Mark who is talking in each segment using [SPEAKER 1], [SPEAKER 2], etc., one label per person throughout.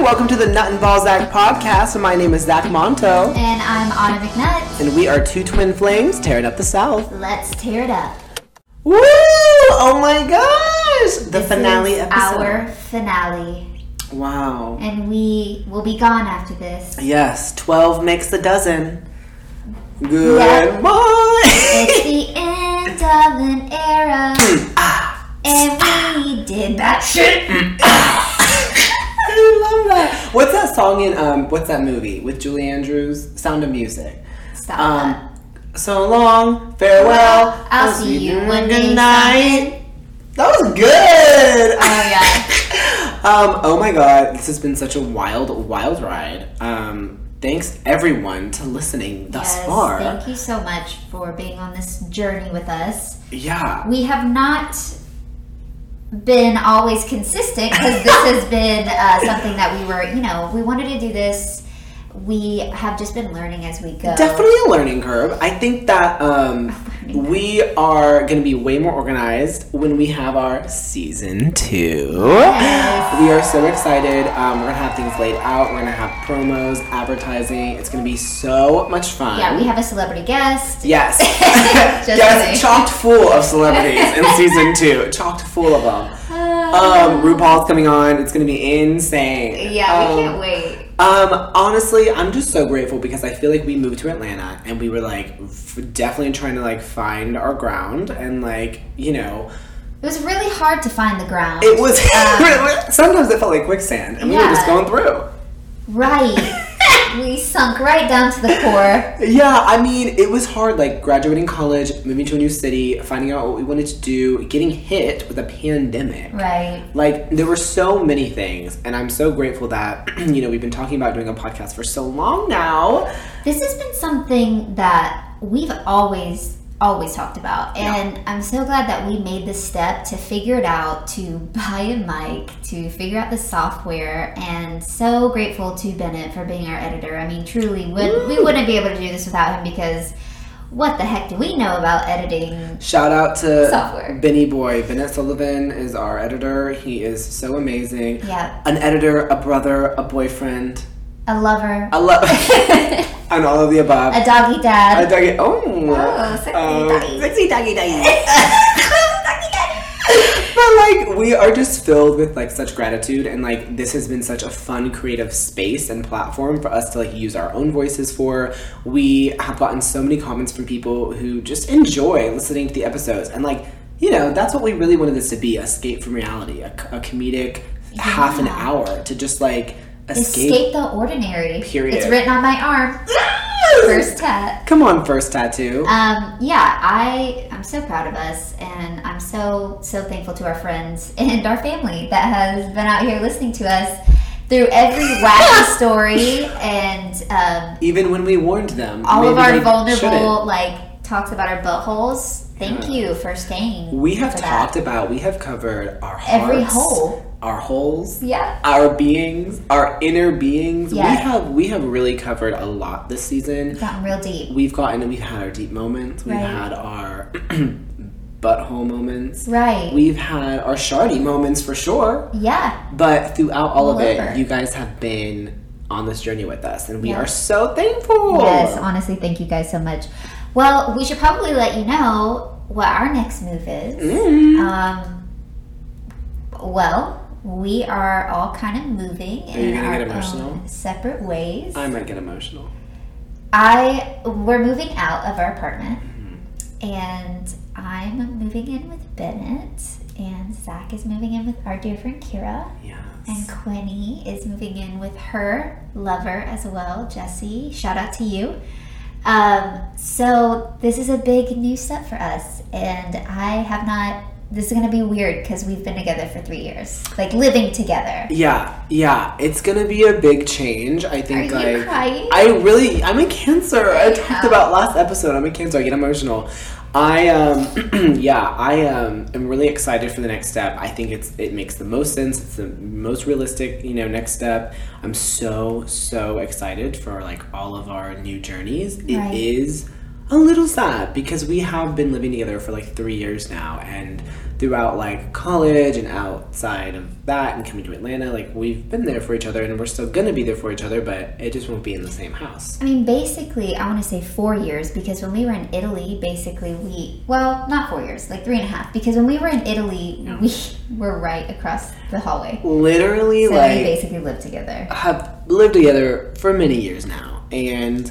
[SPEAKER 1] welcome to the Nut and Ball Zach podcast. My name is Zach Monto,
[SPEAKER 2] And I'm Anna McNutt.
[SPEAKER 1] and we are two twin flames tearing up the South.
[SPEAKER 2] Let's tear it up.
[SPEAKER 1] Woo! Oh my gosh! The
[SPEAKER 2] This
[SPEAKER 1] finale
[SPEAKER 2] is
[SPEAKER 1] episode.
[SPEAKER 2] Our finale.
[SPEAKER 1] Wow.
[SPEAKER 2] And we will be gone after this.
[SPEAKER 1] Yes, 12 makes the dozen. Good
[SPEAKER 2] Yeah.
[SPEAKER 1] boy!
[SPEAKER 2] It's the end of an era.
[SPEAKER 1] Ah.
[SPEAKER 2] and we did that shit.
[SPEAKER 1] I love that. What's that song in, um, what's that movie with Julie Andrews? Sound of Music.
[SPEAKER 2] Stop that.
[SPEAKER 1] Um, so long, farewell.
[SPEAKER 2] Well, I'll see you one day.
[SPEAKER 1] Good night. That was good.
[SPEAKER 2] Oh, yeah.
[SPEAKER 1] Um, oh my god, this has been such a wild, wild ride. Um, thanks everyone to listening thus
[SPEAKER 2] Yes,
[SPEAKER 1] far.
[SPEAKER 2] Thank you so much for being on this journey with us.
[SPEAKER 1] Yeah.
[SPEAKER 2] We have not been always consistent because this has been uh, something that we were, you know, we wanted to do this. We have just been learning as we go.
[SPEAKER 1] Definitely a learning curve. I think that um, we are going to be way more organized when we have our season two.
[SPEAKER 2] Yes.
[SPEAKER 1] We are so excited. Um, we're going to have things laid out. We're going to have promos, advertising. It's going to be so much fun.
[SPEAKER 2] Yeah, we have a celebrity guest.
[SPEAKER 1] Yes.
[SPEAKER 2] Just
[SPEAKER 1] yes,
[SPEAKER 2] kidding.
[SPEAKER 1] chocked full of celebrities in season two. Chocked full of them.
[SPEAKER 2] Uh,
[SPEAKER 1] Um, RuPaul's coming on. It's going to be insane.
[SPEAKER 2] yeah,
[SPEAKER 1] Um,
[SPEAKER 2] we can't wait.
[SPEAKER 1] Um, honestly, I'm just so grateful because I feel like we moved to Atlanta and we were like f- definitely trying to like find our ground and like, you know,
[SPEAKER 2] It was really hard to find the ground.
[SPEAKER 1] it was sometimes it felt like quicksand and we were
[SPEAKER 2] Yeah.
[SPEAKER 1] just going through.
[SPEAKER 2] right. we sunk right down to the core.
[SPEAKER 1] Yeah, I mean, it was hard, like graduating college, moving to a new city, finding out what we wanted to do, getting hit with a pandemic.
[SPEAKER 2] Right.
[SPEAKER 1] Like, there were so many things, and I'm so grateful that, you know, we've been talking about doing a podcast for so long now.
[SPEAKER 2] This has been something that we've always always talked about and i'm so glad that we made the step to figure it out to buy a mic to figure out the software and so grateful to bennett for being our editor i mean truly would, we wouldn't be able to do this without him because what the heck do we know about editing
[SPEAKER 1] Shout out to
[SPEAKER 2] Software.
[SPEAKER 1] Benny Boy. Bennett Sullivan is our editor. He is so amazing.
[SPEAKER 2] yeah
[SPEAKER 1] An editor, a brother, a boyfriend.
[SPEAKER 2] a lover
[SPEAKER 1] I love and all of the above.
[SPEAKER 2] a doggy dad
[SPEAKER 1] I dug it. Oh,
[SPEAKER 2] Oh, sexy doggy.
[SPEAKER 1] sexy doggy doggy. But like we are just filled with like such gratitude and like this has been such a fun creative space and platform for us to like use our own voices for. We have gotten so many comments from people who just enjoy listening to the episodes and like you know that's what we really wanted this to be: escape from reality, a, a comedic half an hour to just like escape.
[SPEAKER 2] escape the ordinary
[SPEAKER 1] Period.
[SPEAKER 2] it's written on my arm first tat
[SPEAKER 1] Come on, first tattoo.
[SPEAKER 2] Um, yeah, I I'm so proud of us, and I'm so so thankful to our friends and our family that has been out here listening to us through every wacky story and um,
[SPEAKER 1] Even when we warned them,
[SPEAKER 2] all of
[SPEAKER 1] maybe
[SPEAKER 2] our
[SPEAKER 1] they
[SPEAKER 2] vulnerable
[SPEAKER 1] shouldn't.
[SPEAKER 2] like talks about our buttholes. Thank you for staying.
[SPEAKER 1] We have
[SPEAKER 2] for that.
[SPEAKER 1] talked about, we have covered our hearts,
[SPEAKER 2] Every hole.
[SPEAKER 1] our holes,
[SPEAKER 2] Yeah.
[SPEAKER 1] our beings, our inner beings.
[SPEAKER 2] Yeah.
[SPEAKER 1] We have we have really covered a lot this season.
[SPEAKER 2] Gotten real deep.
[SPEAKER 1] We've gotten we've had our deep moments. We've
[SPEAKER 2] Right.
[SPEAKER 1] had our butthole moments.
[SPEAKER 2] Right.
[SPEAKER 1] We've had our shardy moments for sure.
[SPEAKER 2] yeah.
[SPEAKER 1] But throughout all of
[SPEAKER 2] Over.
[SPEAKER 1] it, you guys have been on this journey with us, and we
[SPEAKER 2] Yeah.
[SPEAKER 1] are so thankful.
[SPEAKER 2] Yes, honestly, thank you guys so much. Well, we should probably let you know what our next move is.
[SPEAKER 1] Mm.
[SPEAKER 2] Um, well, we are all kind of moving
[SPEAKER 1] Are you
[SPEAKER 2] in
[SPEAKER 1] gonna
[SPEAKER 2] our
[SPEAKER 1] get emotional?
[SPEAKER 2] own separate ways.
[SPEAKER 1] I might get emotional.
[SPEAKER 2] I we're moving out of our apartment,
[SPEAKER 1] Mm-hmm.
[SPEAKER 2] and I'm moving in with Bennett, and Zach is moving in with our dear friend Kira, and
[SPEAKER 1] Yes.
[SPEAKER 2] Quinny is moving in with her lover as well, Jesse. Shout out to you. Um, so this is a big new step for us, and I have not. This is gonna be weird because we've been together for three years, like living together.
[SPEAKER 1] Yeah, yeah. It's gonna be a big change. I
[SPEAKER 2] Are
[SPEAKER 1] think
[SPEAKER 2] you
[SPEAKER 1] like
[SPEAKER 2] crying?
[SPEAKER 1] I really, I'm a cancer. I talked
[SPEAKER 2] know.
[SPEAKER 1] about last episode. I'm a cancer. I get emotional. I um, yeah, I um, am really excited for the next step. I think it's it makes the most sense. It's the most realistic, you know, next step. I'm so so excited for like all of our new journeys. It
[SPEAKER 2] Right.
[SPEAKER 1] is a little sad because we have been living together for like three years now, and throughout like college and outside of that and coming to Atlanta. Like we've been there for each other and we're still gonna be there for each other, but it just won't be in the same house.
[SPEAKER 2] I mean, basically, I want to say four years because when we were in Italy, basically we, well, not four years, like three and a half, because when we were in Italy, we were right across the hallway.
[SPEAKER 1] Literally,
[SPEAKER 2] So we
[SPEAKER 1] like
[SPEAKER 2] basically lived together.
[SPEAKER 1] have lived together for many years now, and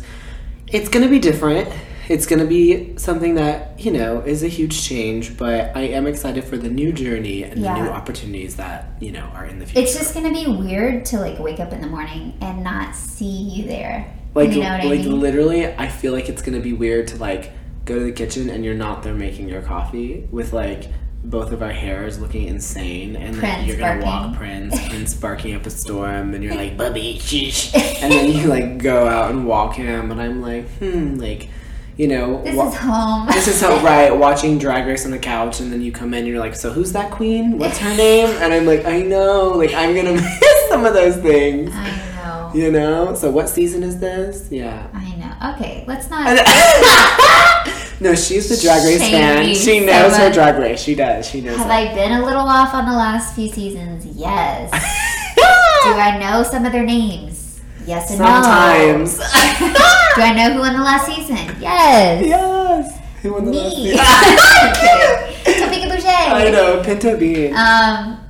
[SPEAKER 1] it's gonna be different. It's gonna be something that you know is a huge change, but I am excited for the new journey and the new
[SPEAKER 2] Yeah.
[SPEAKER 1] opportunities that you know are in the future.
[SPEAKER 2] It's just going to be weird to like wake up in the morning and not see you there.
[SPEAKER 1] like
[SPEAKER 2] you know what I
[SPEAKER 1] like
[SPEAKER 2] mean?
[SPEAKER 1] literally, I feel like it's gonna be weird to like go to the kitchen and you're not there making your coffee with like both of our hairs looking insane and then
[SPEAKER 2] Prince
[SPEAKER 1] you're gonna walk
[SPEAKER 2] barking.
[SPEAKER 1] Prince and sparking up a storm and you're like bubby sheesh and then you like go out and walk him and I'm like hmm like you know
[SPEAKER 2] This
[SPEAKER 1] wa-
[SPEAKER 2] is home.
[SPEAKER 1] this is how right watching drag race on the couch and then you come in and you're like so who's that queen what's her name and i'm like i know like i'm gonna miss some of those things
[SPEAKER 2] I know.
[SPEAKER 1] you know so what season is this yeah
[SPEAKER 2] I know. Okay, let's not.
[SPEAKER 1] no she's the drag race fan
[SPEAKER 2] Shady
[SPEAKER 1] she knows her
[SPEAKER 2] someone.
[SPEAKER 1] drag race she does she knows
[SPEAKER 2] Have
[SPEAKER 1] it.
[SPEAKER 2] I been a little off on the last few seasons? Yes. Do I know some of their names? Yes and
[SPEAKER 1] sometimes
[SPEAKER 2] no. Do I know who won the last season? Yes.
[SPEAKER 1] yes who won the last
[SPEAKER 2] Me.
[SPEAKER 1] season?
[SPEAKER 2] Topeka Boucher.
[SPEAKER 1] i know pinto bean
[SPEAKER 2] Um,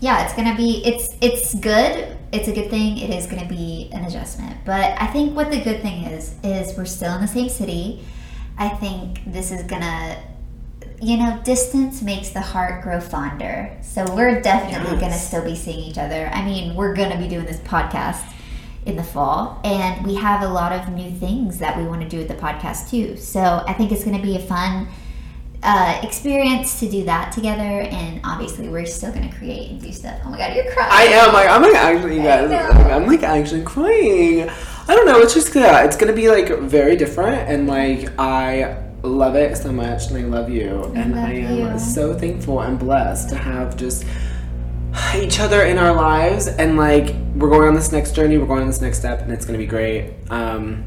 [SPEAKER 2] yeah, it's gonna be it's it's good. It's a good thing. It is gonna be an adjustment, but I think what the good thing is is we're still in the same city. I think this is gonna, you know, distance makes the heart grow fonder. So we're definitely
[SPEAKER 1] Yes.
[SPEAKER 2] gonna still be seeing each other. I mean, we're gonna be doing this podcast in the fall, and we have a lot of new things that we want to do with the podcast too. So I think it's gonna be a fun uh, experience to do that together, and obviously we're still gonna create and do stuff. Oh my god, you're crying.
[SPEAKER 1] I am like I'm like actually you guys
[SPEAKER 2] know.
[SPEAKER 1] I'm like actually crying. I don't know, it's just yeah, it's gonna be like very different and like I love it so much and I love you. and
[SPEAKER 2] love
[SPEAKER 1] I am
[SPEAKER 2] you.
[SPEAKER 1] so thankful and blessed to have just each other in our lives and like we're going on this next journey, we're going on this next step and it's gonna be great. Um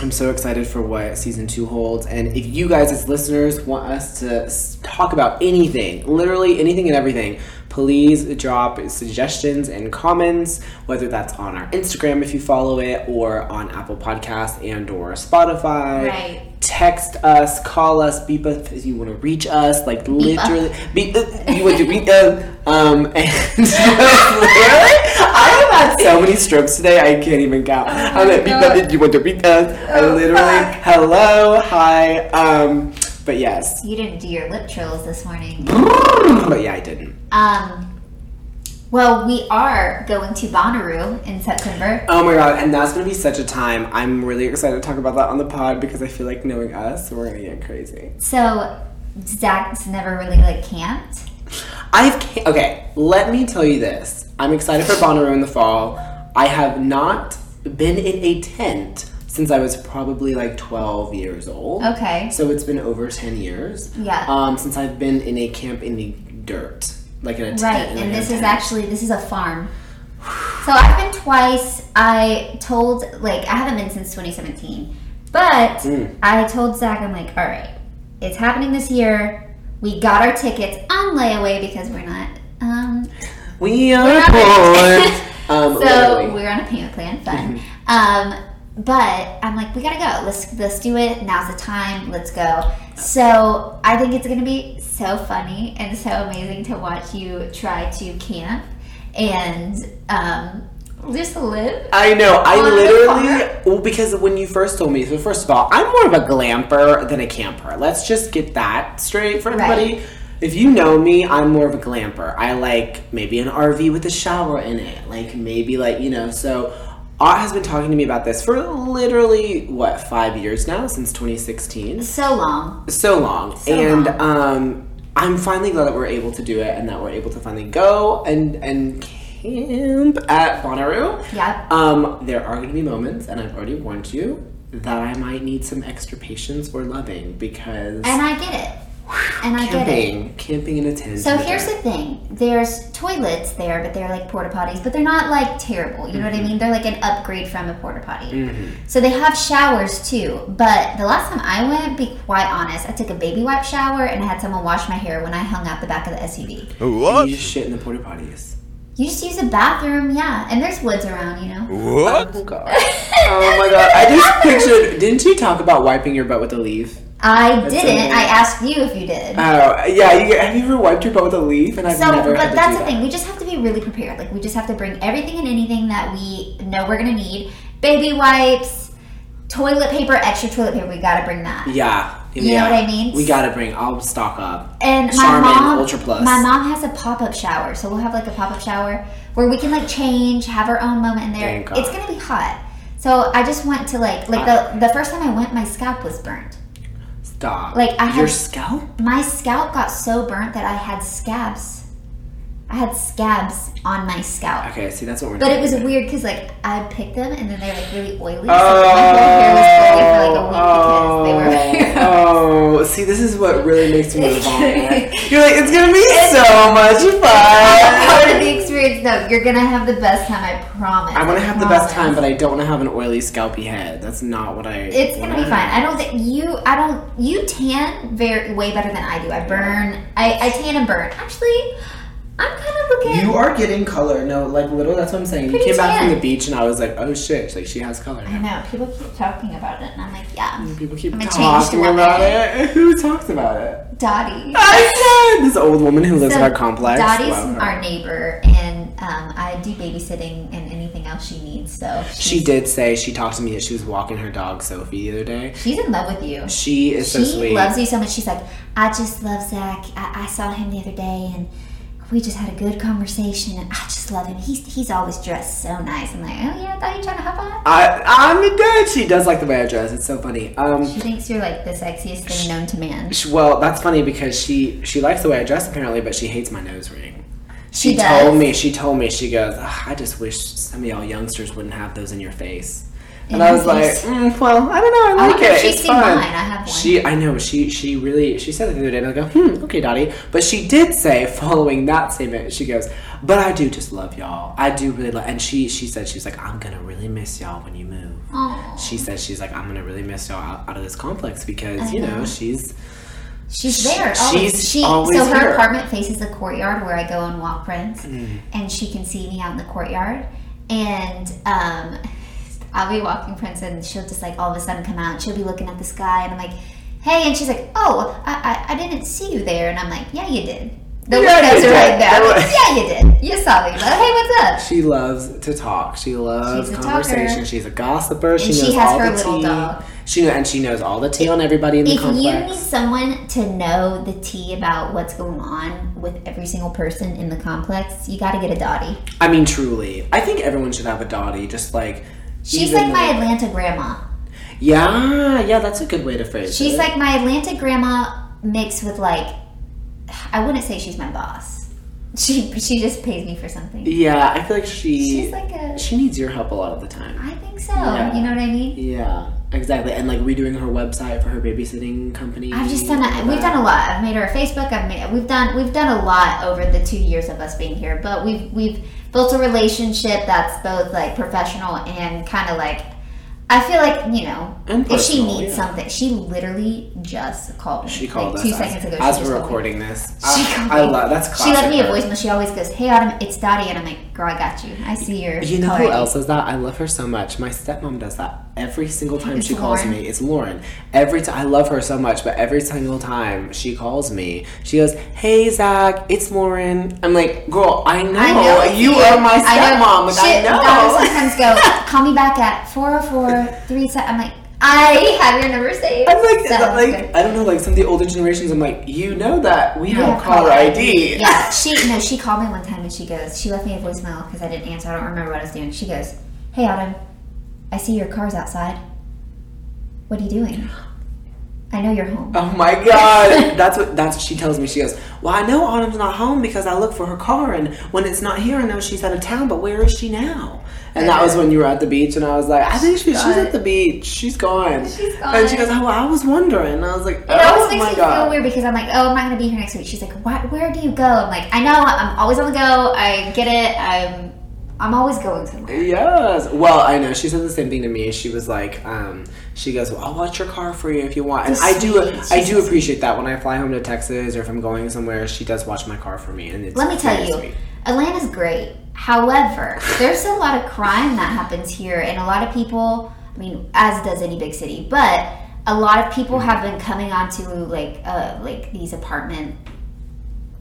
[SPEAKER 1] I'm so excited for what season two holds. And if you guys, as listeners, want us to s- talk about anything, literally anything and everything, please drop suggestions and comments, whether that's on our Instagram if you follow it, or on Apple Podcasts and or Spotify.
[SPEAKER 2] Right.
[SPEAKER 1] Text us, call us, beep us if you want to reach us. Like
[SPEAKER 2] up.
[SPEAKER 1] literally, beep, uh, you want to beep us. Um, and literally, I have had so many strokes today. I can't even count. I'm
[SPEAKER 2] Oh my
[SPEAKER 1] like, beep,
[SPEAKER 2] God.
[SPEAKER 1] up, you want to beat us? I
[SPEAKER 2] Oh,
[SPEAKER 1] literally,
[SPEAKER 2] fuck.
[SPEAKER 1] hello, hi. Um, but yes.
[SPEAKER 2] you didn't do your lip trills this morning.
[SPEAKER 1] but yeah, I didn't.
[SPEAKER 2] Um, well, we are going to Bonnaroo in September.
[SPEAKER 1] Oh my god, and that's gonna be such a time. I'm really excited to talk about that on the pod because I feel like knowing us, we're gonna get crazy.
[SPEAKER 2] So Zach's never really like camped.
[SPEAKER 1] I've ca- okay. Let me tell you this. I'm excited for Bonnaroo in the fall. I have not been in a tent since I was probably like 12 years old.
[SPEAKER 2] Okay.
[SPEAKER 1] So it's been over 10 years.
[SPEAKER 2] Yeah.
[SPEAKER 1] Um, since I've been in a camp in the dirt, like in a tent.
[SPEAKER 2] Right,
[SPEAKER 1] like,
[SPEAKER 2] and
[SPEAKER 1] a
[SPEAKER 2] this is
[SPEAKER 1] tent.
[SPEAKER 2] actually this is a farm. So I've been twice. I told like I haven't been since 2017, but
[SPEAKER 1] Mm.
[SPEAKER 2] I told Zach I'm like, all right, it's happening this year. We got our tickets on layaway because we're not. Um,
[SPEAKER 1] we are
[SPEAKER 2] not ready.
[SPEAKER 1] poor. um,
[SPEAKER 2] so
[SPEAKER 1] literally.
[SPEAKER 2] we're on a payment plan, fun. um, but I'm like, we gotta go. Let's let's do it. Now's the time. Let's go. So I think it's gonna be so funny and so amazing to watch you try to camp and um, just live.
[SPEAKER 1] I know. I
[SPEAKER 2] On the
[SPEAKER 1] literally well because when you first told me. So first of all, I'm more of a glamper than a camper. Let's just get that straight for everybody. If you know me, I'm more of a glamper. I like maybe an RV with a shower in it. Like maybe like you know. So Art has been talking to me about this for literally what five years now since 2016
[SPEAKER 2] So long.
[SPEAKER 1] so long and um i'm finally glad that we're able to do it and that we're able to finally go and and camp at bonnaroo
[SPEAKER 2] Yep.
[SPEAKER 1] um there are going to be moments and i've already warned you that i might need some extra patience or loving because
[SPEAKER 2] And I get it. and I get it.
[SPEAKER 1] camping, camping in a tent.
[SPEAKER 2] So
[SPEAKER 1] in the
[SPEAKER 2] here's
[SPEAKER 1] dark.
[SPEAKER 2] the thing: there's toilets there, but they're like porta potties, but they're not like terrible. You know what I mean? They're like an upgrade from a porta potty. So they have showers too. But the last time I went, be quite honest, I took a baby wipe shower and I had someone wash my hair when I hung out the back of the SUV.
[SPEAKER 1] And
[SPEAKER 3] What?
[SPEAKER 1] you just shit in the porta potties.
[SPEAKER 2] You just use a bathroom, yeah. And there's woods around, you know.
[SPEAKER 3] What?
[SPEAKER 1] Oh god. Oh my god. I just pictured. Didn't you talk about wiping your butt with a leaf?
[SPEAKER 2] I didn't.
[SPEAKER 1] amazing.
[SPEAKER 2] I asked you if you did.
[SPEAKER 1] Oh yeah. You, have you ever wiped your butt with a leaf? And I've
[SPEAKER 2] So,
[SPEAKER 1] never. had
[SPEAKER 2] but
[SPEAKER 1] to
[SPEAKER 2] that's
[SPEAKER 1] do
[SPEAKER 2] the
[SPEAKER 1] that.
[SPEAKER 2] thing. We just have to be really prepared. Like, we just have to bring everything and anything that we know we're gonna need. Baby wipes, toilet paper, extra toilet paper. We gotta bring that.
[SPEAKER 1] Yeah.
[SPEAKER 2] You know what I mean?
[SPEAKER 1] We gotta bring. I'll stock up.
[SPEAKER 2] And my
[SPEAKER 1] Charmin
[SPEAKER 2] mom,
[SPEAKER 1] Ultra Plus.
[SPEAKER 2] my mom has a pop up shower, so we'll have like a pop up shower where we can like change, have our own moment in there.
[SPEAKER 1] Thank God.
[SPEAKER 2] It's gonna be hot. So I just want to like like the the first time I went, my scalp was burnt.
[SPEAKER 1] Stop.
[SPEAKER 2] Like, I
[SPEAKER 1] your
[SPEAKER 2] have-
[SPEAKER 1] scalp.
[SPEAKER 2] My scalp got so burnt that I had scabs. I had scabs on my scalp.
[SPEAKER 1] Okay. See, that's what we're.
[SPEAKER 2] But it
[SPEAKER 1] doing.
[SPEAKER 2] was weird because like I picked them and then they're like really oily. so my whole hair was oily for like a week because they were.
[SPEAKER 1] oh, oh. see, this is what really makes me vomit. You're like, it's gonna be so much
[SPEAKER 2] Part of
[SPEAKER 1] fun.
[SPEAKER 2] the experience though, you're gonna have the best time. I promise.
[SPEAKER 1] I want to
[SPEAKER 2] I
[SPEAKER 1] have the best time,
[SPEAKER 2] promise.
[SPEAKER 1] but I don't want to have an oily, scalpy head. That's not what I.
[SPEAKER 2] It's gonna be
[SPEAKER 1] wanna
[SPEAKER 2] fine.
[SPEAKER 1] have.
[SPEAKER 2] I don't think you. I don't. You tan very way better than I do. I burn. I, I tan and burn. Actually, I'm kind of looking.
[SPEAKER 1] You are getting color. No, like little. That's what I'm saying.
[SPEAKER 2] Pretty
[SPEAKER 1] you came back from
[SPEAKER 2] tan.
[SPEAKER 1] the beach, and I was like, oh shit, like she has color.
[SPEAKER 2] I
[SPEAKER 1] now.
[SPEAKER 2] know people keep talking about it, and I'm like, yeah,
[SPEAKER 1] People keep
[SPEAKER 2] I'm a changed
[SPEAKER 1] talking
[SPEAKER 2] woman.
[SPEAKER 1] about it. Who talks about it?
[SPEAKER 2] Dottie.
[SPEAKER 1] I said this old woman who lives
[SPEAKER 2] So,
[SPEAKER 1] in our complex.
[SPEAKER 2] Dottie's
[SPEAKER 1] Love her.
[SPEAKER 2] our neighbor, and um, I do babysitting and anything else she needs. So
[SPEAKER 1] She did say she talked to me that she was walking her dog Sophie the other day.
[SPEAKER 2] she's in love with you.
[SPEAKER 1] She is so
[SPEAKER 2] she
[SPEAKER 1] sweet.
[SPEAKER 2] loves you so much. She's like, I just love Zach. I, I saw him the other day and we just had a good conversation and I just love him. He's he's always dressed so nice. I'm like, oh yeah, I thought you were trying to hop on.
[SPEAKER 1] I, I'm a dad. She does like the way I dress. It's so funny. Um,
[SPEAKER 2] She thinks you're like the sexiest thing known to man.
[SPEAKER 1] sh well, that's funny because she she likes the way I dress apparently, but she hates my nose ring. She,
[SPEAKER 2] She does?
[SPEAKER 1] told me. She told me. She goes, "Ugh, I just wish some of y'all youngsters wouldn't have those in your face. And
[SPEAKER 2] In
[SPEAKER 1] I
[SPEAKER 2] her
[SPEAKER 1] was like,
[SPEAKER 2] face?
[SPEAKER 1] mm, well, I don't know. I
[SPEAKER 2] I
[SPEAKER 1] like
[SPEAKER 2] wonder
[SPEAKER 1] it.
[SPEAKER 2] if she's
[SPEAKER 1] it's
[SPEAKER 2] seen
[SPEAKER 1] fun.
[SPEAKER 2] mine. I have one.
[SPEAKER 1] She, I know. She, she really. She said it the other day, and I go, hmm, okay, Dottie. But she did say, following that statement, she goes, but I do just love y'all. I do really love. And she, she said, she's like, I'm gonna really miss y'all when you move.
[SPEAKER 2] Aw.
[SPEAKER 1] She said, she's like, I'm gonna really miss y'all out, out of this complex because you know
[SPEAKER 2] know.
[SPEAKER 1] she's
[SPEAKER 2] She's
[SPEAKER 1] She-
[SPEAKER 2] there. Always.
[SPEAKER 1] she's
[SPEAKER 2] she
[SPEAKER 1] always
[SPEAKER 2] so her
[SPEAKER 1] here. Mm.
[SPEAKER 2] apartment faces a courtyard where I go and walk friends, and she can see me out in the courtyard, and um, I'll be walking friends, and she'll just like all of a sudden come out. and She'll be looking at the sky, and I'm like, "Hey!" And she's like, "Oh, I I, I didn't see you there," and I'm like, "Yeah, you did." The
[SPEAKER 1] Yeah,
[SPEAKER 2] windows
[SPEAKER 1] you
[SPEAKER 2] are right
[SPEAKER 1] did.
[SPEAKER 2] there. I'm like, yeah, you did. You saw me. But hey, what's up?
[SPEAKER 1] she loves to talk. She loves
[SPEAKER 2] She's a
[SPEAKER 1] conversation.
[SPEAKER 2] talker.
[SPEAKER 1] She's a gossiper. she
[SPEAKER 2] And she
[SPEAKER 1] knows
[SPEAKER 2] has
[SPEAKER 1] all
[SPEAKER 2] her
[SPEAKER 1] the
[SPEAKER 2] little
[SPEAKER 1] tea.
[SPEAKER 2] dog.
[SPEAKER 1] She and she knows all the tea on everybody in the
[SPEAKER 2] If you
[SPEAKER 1] complex.
[SPEAKER 2] need someone to know the tea about what's going on with every single person in the complex, you got to get a dotty.
[SPEAKER 1] I mean, truly, I think everyone should have a Dottie. Just like
[SPEAKER 2] She's
[SPEAKER 1] even
[SPEAKER 2] like my Atlanta grandma.
[SPEAKER 1] yeah, yeah. That's a good way to phrase it.
[SPEAKER 2] She's like my Atlanta grandma mixed with like I wouldn't say she's my boss. She she just pays me for something.
[SPEAKER 1] yeah. I feel like she
[SPEAKER 2] She's like a
[SPEAKER 1] she needs your help a lot of the time.
[SPEAKER 2] I think so.
[SPEAKER 1] Yeah.
[SPEAKER 2] You know what I mean?
[SPEAKER 1] Yeah, exactly. And like redoing her website for her babysitting company.
[SPEAKER 2] I've just done a,
[SPEAKER 1] and
[SPEAKER 2] we've
[SPEAKER 1] that.
[SPEAKER 2] done a lot. I've made her a Facebook. I've made we've done we've done a lot over the two years of us being here. But we've we've built a relationship that's both like professional and kind of like I feel like you know
[SPEAKER 1] And
[SPEAKER 2] if she
[SPEAKER 1] personal,
[SPEAKER 2] needs
[SPEAKER 1] yeah.
[SPEAKER 2] something, she literally just called me.
[SPEAKER 1] She called
[SPEAKER 2] like,
[SPEAKER 1] us
[SPEAKER 2] two
[SPEAKER 1] as-
[SPEAKER 2] seconds ago.
[SPEAKER 1] as we're
[SPEAKER 2] she just called me.
[SPEAKER 1] recording this.
[SPEAKER 2] She
[SPEAKER 1] I,
[SPEAKER 2] called
[SPEAKER 1] I
[SPEAKER 2] me-
[SPEAKER 1] love that's classic.
[SPEAKER 2] She left me a
[SPEAKER 1] her.
[SPEAKER 2] voicemail. She always goes, "Hey, Autumn, it's Dottie," and I'm like, "Girl, I got you. I see your."
[SPEAKER 1] You know
[SPEAKER 2] caller
[SPEAKER 1] who
[SPEAKER 2] ID."
[SPEAKER 1] else does that? I love her so much. My stepmom does that every single time
[SPEAKER 2] It's
[SPEAKER 1] she calls
[SPEAKER 2] Lauren.
[SPEAKER 1] me. It's Lauren. Every time I love her so much, but every single time she calls me, she goes, "Hey Zach, it's Lauren." I'm like, "Girl, I know,
[SPEAKER 2] I know it's
[SPEAKER 1] Oh, you are my stepmom. Like, I
[SPEAKER 2] Shit,
[SPEAKER 1] know."
[SPEAKER 2] Dottie sometimes go, "Call me back at 404 I'm like, "I have your number saved."
[SPEAKER 1] I'm like,
[SPEAKER 2] So,
[SPEAKER 1] that- like
[SPEAKER 2] good.
[SPEAKER 1] I don't know, like some of the older generations. I'm like, you know that we
[SPEAKER 2] We
[SPEAKER 1] have,
[SPEAKER 2] have
[SPEAKER 1] caller ID.
[SPEAKER 2] Yeah, she no, she called me one time and she goes, she left me a voicemail because I didn't answer. I don't remember what I was doing. She goes, "Hey Autumn, I see your car's outside. What are you doing?" I know you're home.
[SPEAKER 1] Oh my god, that's what that's. She tells me she goes, "Well, I know Autumn's not home because I look for her car, and when it's not here, I know she's out of town. But where is she now?" And that was when you were at the beach, and I was like, "I think she, she's
[SPEAKER 2] gone.
[SPEAKER 1] at the beach. She's gone."
[SPEAKER 2] She's
[SPEAKER 1] And she
[SPEAKER 2] gone.
[SPEAKER 1] goes, "Oh, I was wondering." And I was like, "Oh
[SPEAKER 2] It always makes
[SPEAKER 1] my
[SPEAKER 2] me
[SPEAKER 1] god."
[SPEAKER 2] feel weird because I'm like, oh, I'm not going to be here next week. She's like, what? Where do you go? I'm like, I know, I'm always on the go. I get it. I'm, I'm always going somewhere.
[SPEAKER 1] Yes. Well, I know. She said the same thing to me. She was like, um, she goes, well, I'll watch your car for you if you want. And
[SPEAKER 2] That's
[SPEAKER 1] I do
[SPEAKER 2] sweet.
[SPEAKER 1] I
[SPEAKER 2] She's
[SPEAKER 1] do
[SPEAKER 2] so
[SPEAKER 1] appreciate that when I fly home to Texas or if I'm going somewhere, she does watch my car for me and it's
[SPEAKER 2] Let me tell
[SPEAKER 1] very
[SPEAKER 2] you,
[SPEAKER 1] sweet.
[SPEAKER 2] Atlanta's great. However, there's a lot of crime that happens here, and a lot of people. I mean, as does any big city, but a lot of people have been coming onto like uh, like these apartment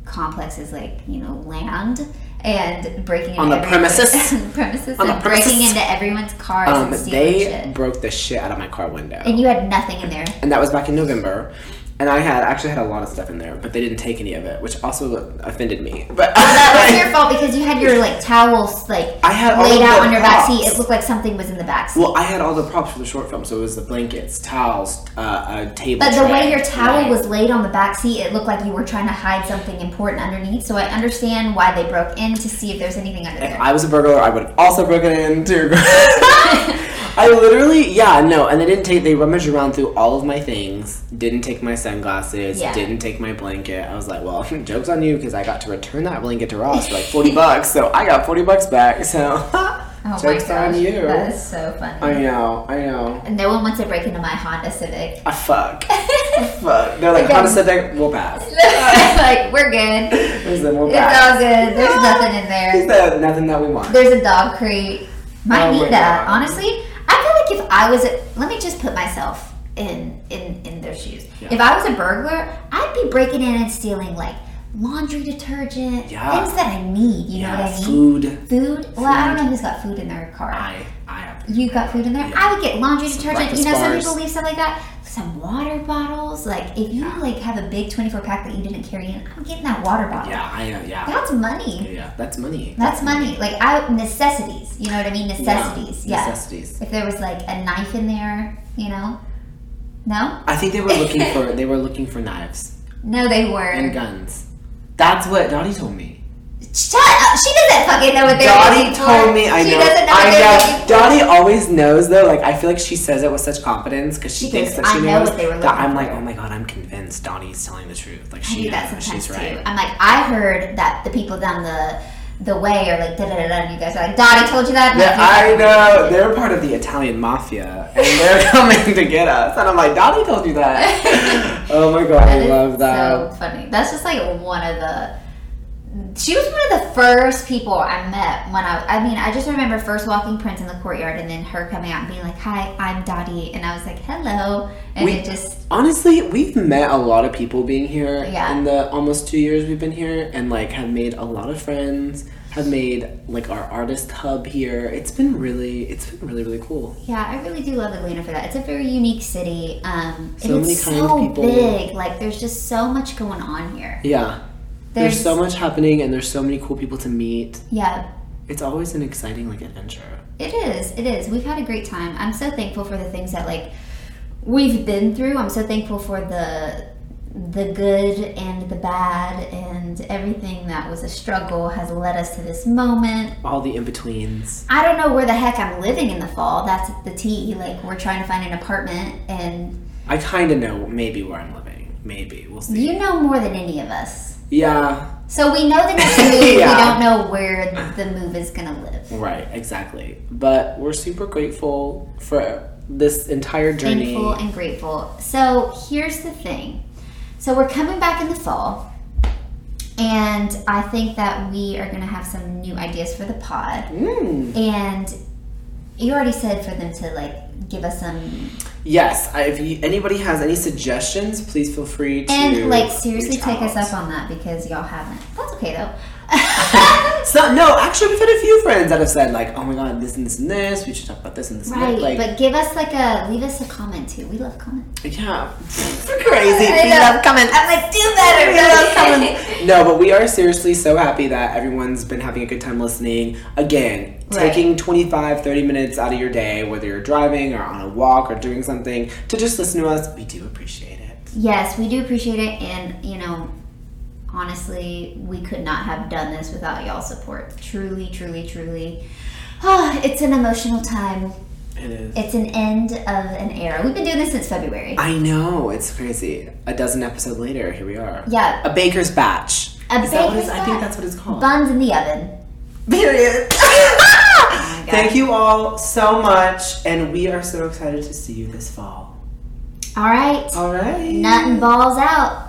[SPEAKER 2] complexes, like you know, land and breaking
[SPEAKER 1] On
[SPEAKER 2] into
[SPEAKER 1] the
[SPEAKER 2] everyone's-
[SPEAKER 1] premises?
[SPEAKER 2] on the premises,
[SPEAKER 1] On the
[SPEAKER 2] and breaking
[SPEAKER 1] premises.
[SPEAKER 2] into everyone's cars
[SPEAKER 1] Um,
[SPEAKER 2] and stealing
[SPEAKER 1] they
[SPEAKER 2] shit.
[SPEAKER 1] broke the shit out of my car window.
[SPEAKER 2] And you had nothing in there.
[SPEAKER 1] and that was back in November. And I had actually had a lot of stuff in there, but they didn't take any of it, which also offended me. But
[SPEAKER 2] That was your fault because you had your like towels like
[SPEAKER 1] I had all
[SPEAKER 2] laid
[SPEAKER 1] of
[SPEAKER 2] out
[SPEAKER 1] the
[SPEAKER 2] on your back
[SPEAKER 1] props.
[SPEAKER 2] seat. It looked like something was in the back seat.
[SPEAKER 1] Well, I had all the props for the short film, so it was the blankets, towels, uh, a table.
[SPEAKER 2] But the way
[SPEAKER 1] tray,
[SPEAKER 2] your towel
[SPEAKER 1] right.
[SPEAKER 2] was laid on the back seat, it looked like you were trying to hide something important underneath. So I understand why they broke in to see if there's anything under
[SPEAKER 1] If
[SPEAKER 2] there.
[SPEAKER 1] I was a burglar, I would have also broken in too. I literally, yeah, no, and they didn't take. They rummaged around through all of my things. Didn't take my sunglasses.
[SPEAKER 2] Yeah.
[SPEAKER 1] Didn't take my blanket. I was like, well, jokes on you because I got to return that blanket to Ross for like forty bucks. So I got forty bucks back. So
[SPEAKER 2] oh my
[SPEAKER 1] jokes on
[SPEAKER 2] gosh,
[SPEAKER 1] you.
[SPEAKER 2] that is so funny.
[SPEAKER 1] I know, I know.
[SPEAKER 2] and no one wants to break into my Honda Civic.
[SPEAKER 1] I fuck, fuck. They're like,
[SPEAKER 2] Okay.
[SPEAKER 1] how to Civic, we'll pass.
[SPEAKER 2] like we're good.
[SPEAKER 1] They said, we'll
[SPEAKER 2] It's
[SPEAKER 1] pass.
[SPEAKER 2] all good. There's nothing in
[SPEAKER 1] They
[SPEAKER 2] there.
[SPEAKER 1] said, nothing that we want.
[SPEAKER 2] There's a dog crate. Might
[SPEAKER 1] Oh my
[SPEAKER 2] need that.
[SPEAKER 1] God.
[SPEAKER 2] Honestly, I feel like if I was, a, let me just put myself in in in their shoes.
[SPEAKER 1] Yeah.
[SPEAKER 2] If I was a burglar, I'd be breaking in and stealing like laundry detergent,
[SPEAKER 1] Yeah.
[SPEAKER 2] things that I need. You know
[SPEAKER 1] yeah,
[SPEAKER 2] what I mean?
[SPEAKER 1] food.
[SPEAKER 2] Food. Well, I don't
[SPEAKER 1] Food.
[SPEAKER 2] know who's got food in their car.
[SPEAKER 1] I, I have.
[SPEAKER 2] you got food in there. I would get laundry detergent. You
[SPEAKER 1] breakfast
[SPEAKER 2] know, some
[SPEAKER 1] bars.
[SPEAKER 2] people leave stuff like that. Some water bottles. Like if you like have a big twenty-four pack that you didn't carry in, I'm getting that water bottle.
[SPEAKER 1] Yeah, I know. Yeah,
[SPEAKER 2] That's money.
[SPEAKER 1] yeah. That's money.
[SPEAKER 2] That's money. Like I necessities. You know what I mean? Necessities. Yeah.
[SPEAKER 1] Necessities.
[SPEAKER 2] If there was like a knife in there, you know? No?
[SPEAKER 1] I think they were looking for they were looking for knives
[SPEAKER 2] No, they
[SPEAKER 1] and
[SPEAKER 2] weren't.
[SPEAKER 1] guns. That's what Dottie told me.
[SPEAKER 2] Shut up! She doesn't fucking know what they're
[SPEAKER 1] Dottie
[SPEAKER 2] looking for.
[SPEAKER 1] told me. I
[SPEAKER 2] she
[SPEAKER 1] know.
[SPEAKER 2] doesn't know what
[SPEAKER 1] I
[SPEAKER 2] they're
[SPEAKER 1] know.
[SPEAKER 2] looking for.
[SPEAKER 1] Dottie always knows though. Like I feel like she says it with such confidence because she,
[SPEAKER 2] She
[SPEAKER 1] thinks
[SPEAKER 2] thinks
[SPEAKER 1] that she
[SPEAKER 2] I know
[SPEAKER 1] knows.
[SPEAKER 2] what they were
[SPEAKER 1] that
[SPEAKER 2] looking
[SPEAKER 1] I'm like,
[SPEAKER 2] for.
[SPEAKER 1] oh my god, I'm convinced Dottie's telling the truth. Like
[SPEAKER 2] I
[SPEAKER 1] she
[SPEAKER 2] do that
[SPEAKER 1] knows.
[SPEAKER 2] sometimes
[SPEAKER 1] She's
[SPEAKER 2] too.
[SPEAKER 1] right.
[SPEAKER 2] I'm like, I heard that the people down the the way are like da da da da, and you guys are like, Dottie told you that. And
[SPEAKER 1] Yeah, I
[SPEAKER 2] I'm like,
[SPEAKER 1] know. They're part of the Italian mafia, and they're coming to get us. And I'm like, Dottie told you that. oh my god,
[SPEAKER 2] That
[SPEAKER 1] I
[SPEAKER 2] is
[SPEAKER 1] love that.
[SPEAKER 2] So funny. That's just like one of the. She was one of the first people I met when I. I mean, I just remember first walking Prince in the courtyard, and then her coming out and being like, "Hi, I'm Dottie," and I was like, "Hello," and
[SPEAKER 1] We-
[SPEAKER 2] it just
[SPEAKER 1] Honestly, we've met a lot of people being here
[SPEAKER 2] Yeah.
[SPEAKER 1] in the almost two years we've been here, and like have made a lot of friends. Have made like our artist hub here. It's been really, it's been really, really cool.
[SPEAKER 2] yeah, I really do love Atlanta for that. It's a very unique city, um,
[SPEAKER 1] So
[SPEAKER 2] and
[SPEAKER 1] many
[SPEAKER 2] it's
[SPEAKER 1] kind
[SPEAKER 2] so
[SPEAKER 1] people.
[SPEAKER 2] big. Like, there's just so much going on here.
[SPEAKER 1] Yeah, there's, so much happening, and there's so many cool people to meet.
[SPEAKER 2] yeah.
[SPEAKER 1] It's always an exciting like adventure.
[SPEAKER 2] It is. It is. We've had a great time. I'm so thankful for the things that like we've been through. I'm so thankful for the the good and the bad and everything that was a struggle has led us to this moment.
[SPEAKER 1] All the in betweens.
[SPEAKER 2] I don't know where the heck I'm living in the fall. That's the tea. Like we're trying to find an apartment and
[SPEAKER 1] I kind of know maybe where I'm living. Maybe we'll see.
[SPEAKER 2] you know more than any of us.
[SPEAKER 1] Yeah,
[SPEAKER 2] So we know the next move.
[SPEAKER 1] Yeah.
[SPEAKER 2] We don't know where the move is gonna live.
[SPEAKER 1] right, exactly. But we're super grateful for this entire journey.
[SPEAKER 2] thankful and grateful. So here's the thing. So we're coming back in the fall, and I think that we are going to have some new ideas for the pod.
[SPEAKER 1] Mm.
[SPEAKER 2] And you already said for them to like give us some
[SPEAKER 1] Yes, I, if you, anybody has any suggestions, please feel free to
[SPEAKER 2] and like seriously
[SPEAKER 1] reach
[SPEAKER 2] take us
[SPEAKER 1] out.
[SPEAKER 2] up on that because y'all haven't. That's okay though.
[SPEAKER 1] so no, actually, we've had a few friends that have said like, "Oh my god, this and this and this. We should talk about this and this."
[SPEAKER 2] Right,
[SPEAKER 1] and that. Like,
[SPEAKER 2] but give us like a leave us a comment too. We love comments.
[SPEAKER 1] yeah, crazy.
[SPEAKER 2] I
[SPEAKER 1] We
[SPEAKER 2] know.
[SPEAKER 1] love comments.
[SPEAKER 2] I'm like, do better.
[SPEAKER 1] We love comments. No, but we are seriously so happy that everyone's been having a good time listening. Again,
[SPEAKER 2] Right.
[SPEAKER 1] taking 25, 30 minutes out of your day, whether you're driving or on a walk or doing something, to just listen to us, we do appreciate it.
[SPEAKER 2] yes, we do appreciate it, and you know, honestly, we could not have done this without y'all support. Truly, truly, truly. Oh, it's an emotional time.
[SPEAKER 1] It is.
[SPEAKER 2] It's an end of an era. We've been doing this since February.
[SPEAKER 1] I know, it's crazy. A dozen episodes later, here we are.
[SPEAKER 2] Yeah,
[SPEAKER 1] A baker's batch.
[SPEAKER 2] a
[SPEAKER 1] Is that what it's-
[SPEAKER 2] baker's
[SPEAKER 1] I think
[SPEAKER 2] bat.
[SPEAKER 1] that's what it's called.
[SPEAKER 2] buns in the oven.
[SPEAKER 1] Period.
[SPEAKER 2] Oh God.
[SPEAKER 1] Thank you all so much, and we are so excited to see you this fall.
[SPEAKER 2] All right,
[SPEAKER 1] Oh. All right.
[SPEAKER 2] nut and balls out.